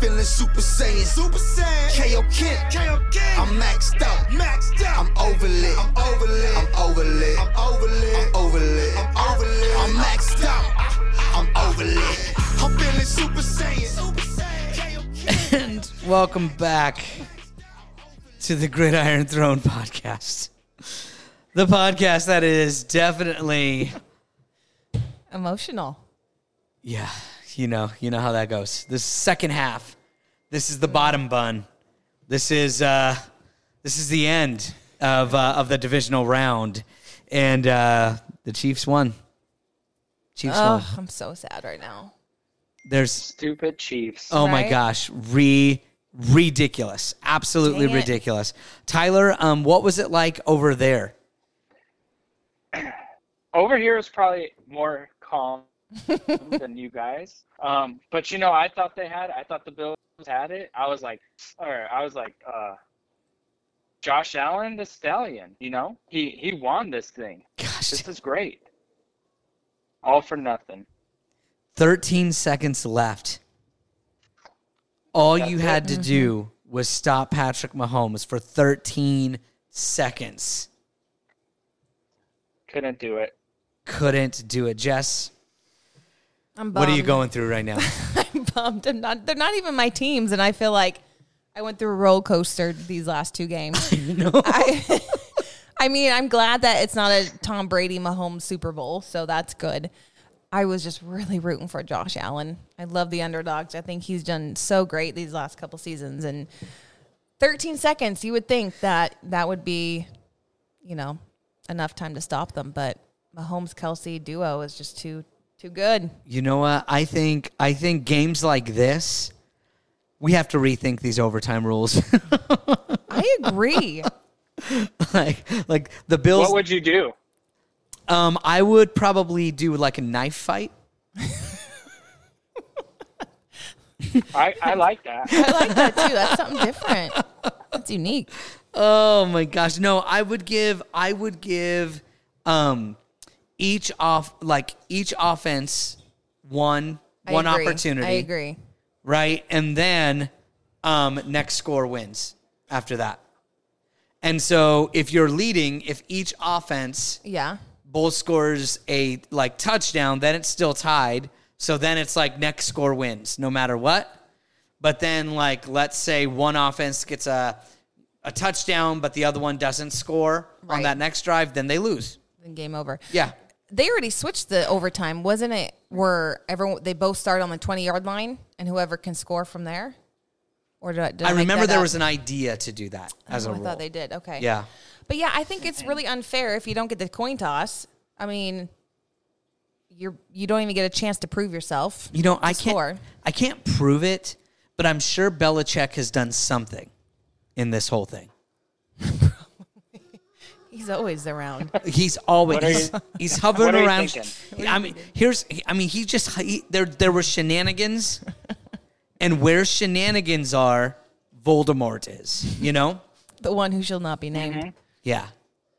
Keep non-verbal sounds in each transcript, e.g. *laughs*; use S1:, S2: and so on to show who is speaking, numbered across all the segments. S1: feeling Super Saiyan. Super Saiyan. KO Kent. KO Kent. I'm maxed out. Maxed out. I'm overlit. I'm overlit. I'm overlit. I'm overlit. I'm overlit. I'm overlit. I'm maxed out. I'm overlit. I'm feeling Super Saiyan. Super *laughs* Saiyan.
S2: And welcome back to the Gridiron Throne podcast. The podcast that is definitely
S3: Emotional.
S2: yeah, you know, you know how that goes. This second half. This is the bottom bun. This is uh this is the end of uh, of the divisional round and uh the Chiefs won. Chiefs
S3: Ugh,
S2: won.
S3: I'm so sad right now. *laughs*
S2: There's
S4: Stupid Chiefs.
S2: Oh my
S3: Right?
S2: gosh, re ridiculous, absolutely
S3: Dang it.
S2: ridiculous. Tyler, um, what was it like over there?
S4: Over here is probably more
S2: *laughs*
S4: calm than you guys. Um, but you know, I thought they had. it. I thought the Bills had it. I was like, or I was like, uh, Josh Allen, the stallion. You know, he he won this thing.
S2: Gosh,
S4: This is great. All for nothing.
S2: thirteen seconds left. All you
S4: That's it.
S2: had to do
S3: Mm-hmm.
S2: was stop Patrick Mahomes for thirteen seconds.
S4: Couldn't do it.
S2: Couldn't do it, Jess.
S3: I'm bummed.
S2: What are you going through right
S3: *laughs*
S2: now? *laughs*
S3: I'm bummed. I'm not. They're not even my teams, and I feel like I went through a roller coaster these last two
S2: *laughs*
S3: games. I, I mean, I'm glad that it's not a Tom Brady Mahomes Super Bowl, so that's good. I was just really rooting for Josh Allen. I love the underdogs. I think he's done so great these last couple seasons. And 13 seconds, you would think that that would be, you know, enough time to stop them, but Mahomes Kelsey duo is just too too good.
S2: You know what? I think I think games like this, we have to rethink these overtime rules. *laughs*
S3: I agree.
S2: like like the Bills
S4: What would you do?
S2: Um, I would probably do like a knife fight.
S4: I
S2: *laughs*
S4: I like that.
S3: I like that too. That's something different. That's unique.
S2: Oh my gosh, no! I would give. I would give. Um, each off like each offense one
S3: I
S2: one
S3: agree.
S2: opportunity.
S3: I agree.
S2: Right, and then um, next score wins after that. And so, if you're leading, if each offense
S3: Yeah.
S2: both scores a like touchdown, then it's still tied. So then it's like next score wins no matter what. But then like let's say one offense gets a a touchdown, but the other one doesn't score on
S3: Right.
S2: that next drive, then they lose.
S3: Then game over.
S2: Yeah.
S3: They already switched the overtime, wasn't it? Where everyone they both start on the twenty yard line, and whoever can score from there. Or did I, did I
S2: I
S3: make
S2: remember
S3: that
S2: there
S3: up?
S2: was an idea to do that as
S3: Oh,
S2: a
S3: I
S2: rule.
S3: thought they did. Okay.
S2: Yeah.
S3: But yeah, I think it's really unfair if you don't get the coin toss. I mean, you're you don't even get a chance to prove yourself.
S2: You know, I
S3: to
S2: can't
S3: score.
S2: I can't prove it, but I'm sure Belichick has done something in this whole thing.
S3: He's always around.
S2: He's always
S4: What are
S2: he's,
S4: you-
S2: he's hovering
S4: what are you
S2: around.
S4: thinking?
S2: I mean, here's I mean, he just he, there there were shenanigans, and where shenanigans are, Voldemort is. You know,
S3: the one who shall not be named.
S2: Mm-hmm. yeah,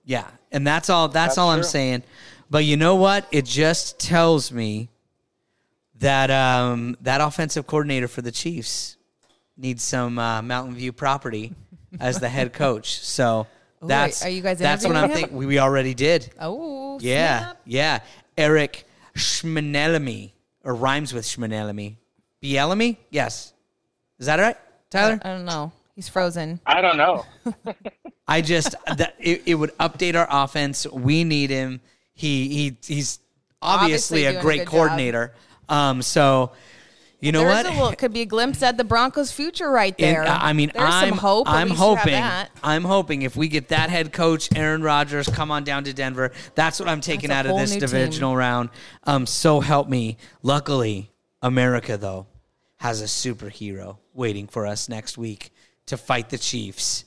S2: yeah, and that's all. That's,
S4: That's
S2: all I'm
S4: true.
S2: saying. But you know what? It just tells me that um, that offensive coordinator for the Chiefs needs some uh, Mountain View property as the head coach. So.
S3: *laughs* Ooh,
S2: That's
S3: are you guys
S2: That's what I'm
S3: interviewing him?
S2: thinking. We, we already did.
S3: Oh,
S2: Yeah,
S3: snap.
S2: yeah. Eric Schmenelemy, or rhymes with Schmenelemy. Bielemy? Yes. Is that right, Tyler?
S3: I don't know. He's frozen.
S4: I don't know.
S2: I just *laughs* that it, it would update our offense. We need him. He he he's obviously,
S3: Obviously doing
S2: a
S3: a
S2: great
S3: good job.
S2: coordinator. Um, so you know
S3: There's
S2: what?
S3: a little could be a glimpse at the Broncos' future right there.
S2: And, uh, I mean,
S3: There's
S2: I'm
S3: some hope. At
S2: I'm
S3: least you have
S2: hoping.
S3: that.
S2: I'm hoping if we get that head coach Aaron Rodgers come on down to Denver, that's what I'm taking
S3: That's a
S2: out of
S3: whole
S2: this
S3: new
S2: divisional round. Um, so help me. Luckily, America though has a superhero waiting for us next week to fight the Chiefs.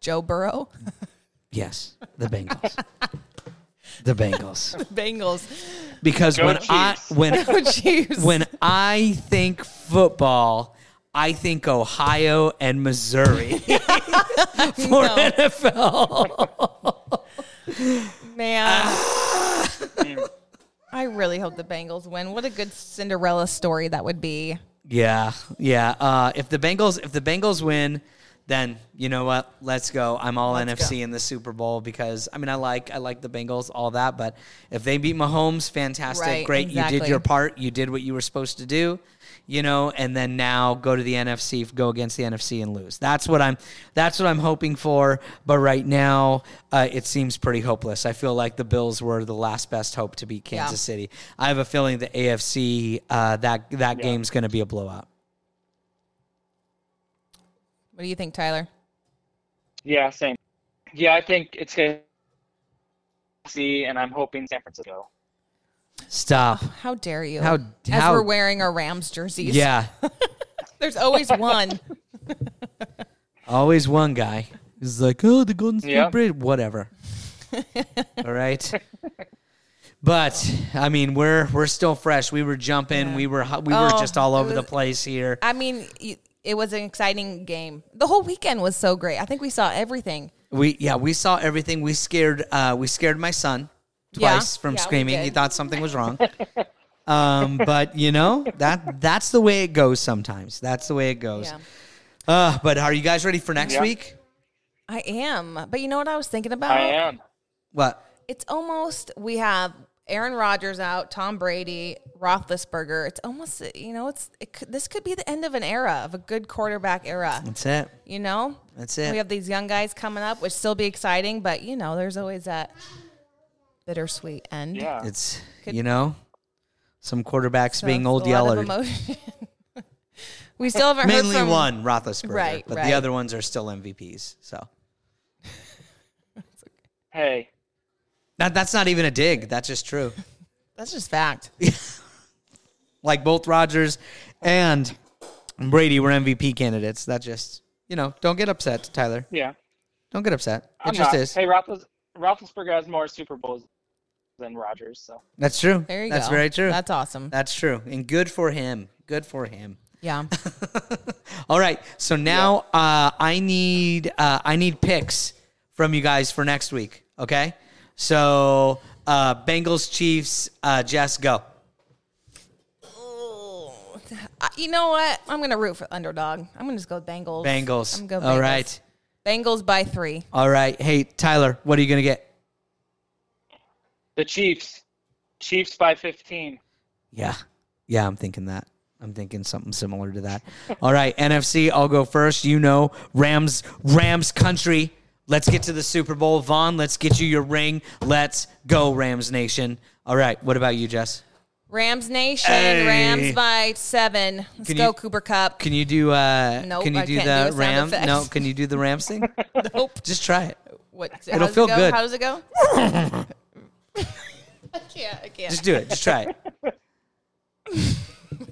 S3: Joe Burrow, *laughs*
S2: Yes, the Bengals. *laughs* the Bengals.
S3: Bengals. *laughs*
S2: Because
S4: Go
S2: when I
S4: Chiefs.
S2: when
S3: Oh, jeez.
S2: when I think football, I think Ohio and
S3: *laughs*
S2: Missouri for NFL.
S3: man.
S2: Ah.
S3: I really hope the Bengals win. What a good Cinderella story that would be.
S2: Yeah, yeah. Uh, if the Bengals if the Bengals win, then you know what? Let's go. I'm all NFC in the Super Bowl because I mean I like I like the Bengals all that, but if they beat Mahomes, fantastic,
S3: Right,
S2: great. You did
S3: exactly.
S2: your part. You did what you were supposed to do. You know, and then now go to the NFC, go against the NFC and lose. That's what I'm. That's what I'm hoping for. But right now, uh, it seems pretty hopeless. I feel like the Bills were the last best hope to beat Kansas City. I have a feeling the AFC uh, that that game's going to be a blowout.
S3: What do you think, Tyler?
S4: Yeah, same. Yeah, I think it's gonna see, and I'm hoping San Francisco.
S2: Stop.
S3: How dare you?
S2: How-
S3: As
S2: how-
S3: we're wearing our Rams jerseys.
S2: Yeah,
S3: There's always one.
S2: always one guy is like, oh, the Golden State
S4: Yeah.
S2: Bridge,
S3: *laughs*
S2: whatever. All right. But I mean, we're we're still fresh. We were jumping. We were hu- we were
S3: Oh,
S2: just all
S3: it
S2: over the
S3: was-
S2: place here.
S3: I mean, y- it was an exciting game. The whole weekend was so great. I think we saw everything.
S2: We yeah, we saw everything. We scared uh we scared my son
S3: Yeah.
S2: twice from
S3: Yeah, we
S2: screaming. He
S3: did.
S2: thought something was
S3: *laughs*
S2: wrong. um but you know, that that's the way it goes sometimes. That's the way it goes.
S3: Yeah.
S2: Uh but are you guys ready for next
S4: Yeah.
S2: week?
S3: I am. But you know what I was thinking about?
S4: I
S2: Uh,
S4: am.
S2: What?
S3: It's almost we have Aaron Rodgers out, Tom Brady, Roethlisberger. It's almost you know it's it, could- this could be the end of an era of a good quarterback era.
S2: That's it.
S3: You know,
S2: That's it.
S3: We have these young guys coming up, which still be exciting. But you know, there's always that bittersweet end.
S4: Yeah.
S2: It's
S3: Could-
S2: you know, some quarterbacks
S3: So
S2: being
S3: it's
S2: old
S3: a lot
S2: yellered.
S3: of emotion. *laughs* we still haven't
S2: Mainly
S3: heard from
S2: one, Roethlisberger,
S3: Right,
S2: but
S3: right.
S2: the other ones are still MVPs. So
S4: Hey,
S2: that, that's not even a dig. That's just true. *laughs*
S3: That's just fact.
S2: like both Rodgers and Brady were MVP candidates. That just you know, don't get upset, Tyler.
S4: yeah.
S2: Don't get upset. It
S4: I'm
S2: just
S4: not.
S2: is.
S4: Hey, Roethlis, Roethlisberger has more Super Bowls than Rogers, so
S2: That's true.
S3: There you
S2: That's
S3: go.
S2: very true. That's-,
S3: That's awesome.
S2: true. And good for him. Good for him.
S3: yeah.
S2: All right. So now uh, I need uh, I need picks from you guys for next week. Okay. So uh, Bengals Chiefs. Uh, Jess, go.
S3: I- you know what? I'm gonna root for underdog. I'm gonna just go with Bengals.
S2: Bengals.
S3: I'm gonna go
S2: All
S3: Bengals.
S2: right.
S3: Bengals by three.
S2: All right. Hey Tyler, what are you gonna get?
S4: the Chiefs, Chiefs by 15.
S2: Yeah. Yeah, I'm thinking that. I'm thinking something similar to
S3: *laughs*
S2: that. All right, NFC, I'll go first. You know, Rams, Rams country. Let's get to the Super Bowl. Vaughn, let's get you your ring. Let's go, Rams Nation. All right, what about you, Jess?
S3: Rams Nation.
S2: Hey.
S3: Rams by seven. Let's
S2: Can
S3: go
S2: you-
S3: Cooper Cup.
S2: Can you do uh
S3: Nope,
S2: can you
S3: I
S2: do
S3: can't do
S2: the
S3: a sound
S2: Rams?
S3: effect.
S2: No, can you do the Rams thing?
S3: *laughs* Nope.
S2: Just try it.
S3: What? how
S2: It'll
S3: does it
S2: feel
S3: go?
S2: good.
S3: How does it
S2: *laughs*
S3: go? I can't. I can't.
S2: Just do it. Just try
S3: *laughs*
S2: it.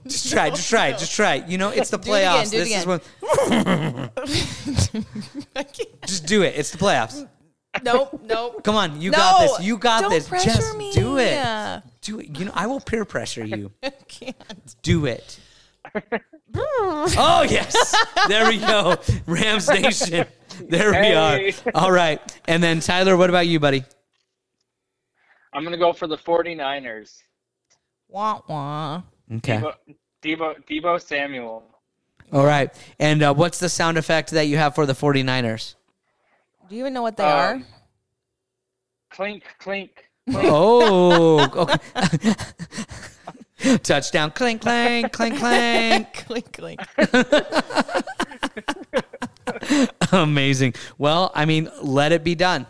S2: Just try, it. just try, it. just try. it. You know, it's the
S3: Do it again,
S2: playoffs.
S3: do it
S2: this is
S3: again.
S2: when
S3: I can't.
S2: just do it. It's the playoffs.
S3: Nope. Nope.
S2: Come on, you got
S3: No,
S2: this. You got
S3: don't
S2: this.
S3: pressure
S2: Just
S3: me.
S2: do it.
S3: Yeah.
S2: Do it. You know, I will peer pressure you.
S3: I can't.
S2: Do
S3: *laughs*
S2: it. oh yes. There we go. Rams Nation. There
S4: Hey.
S2: we are. All right. And then Tyler, what about you, buddy?
S4: I'm going to go for the 49ers.
S3: Wah wah.
S2: Okay.
S4: Debo, Debo, Debo Samuel.
S2: All right. And uh, what's the sound effect that you have for the *laughs* 49ers?
S3: Do you even know what
S2: Uh,
S3: they are? *laughs*
S4: Um, Clink, clink.
S2: Oh, okay. *laughs* Touchdown. Clink, clang, clink, clang.
S3: clink clink.
S2: *laughs* Amazing. Well, I mean, let it be done.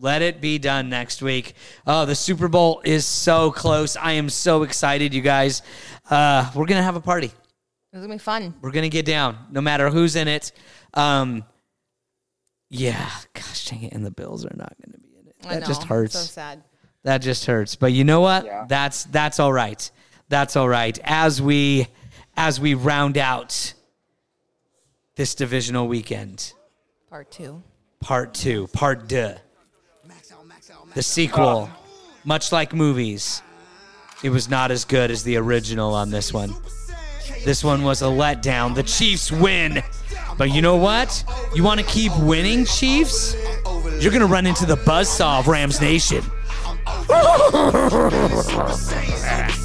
S2: Let it be done next week. Oh, the Super Bowl is so close. I am so excited, you guys. Uh, we're going to have a party.
S3: It's gonna be fun.
S2: We're going to get down, no matter who's in it. Um, yeah, gosh dang it. And the Bills are not going to be in it.
S3: I
S2: That
S3: know.
S2: just hurts.
S3: So sad.
S2: That just hurts. But you know what?
S4: Yeah.
S2: That's that's all right. That's all right. As we as we round out this divisional weekend,
S3: Part two.
S2: part two, part deux,
S1: Max out, max out, max
S2: the sequel. Much like movies, it was not as good as the original on this one. This one was a letdown. The Chiefs win. But you know what? You want to keep winning, Chiefs? You're going to run into the buzzsaw of Rams Nation.
S1: Super Saiyan, Super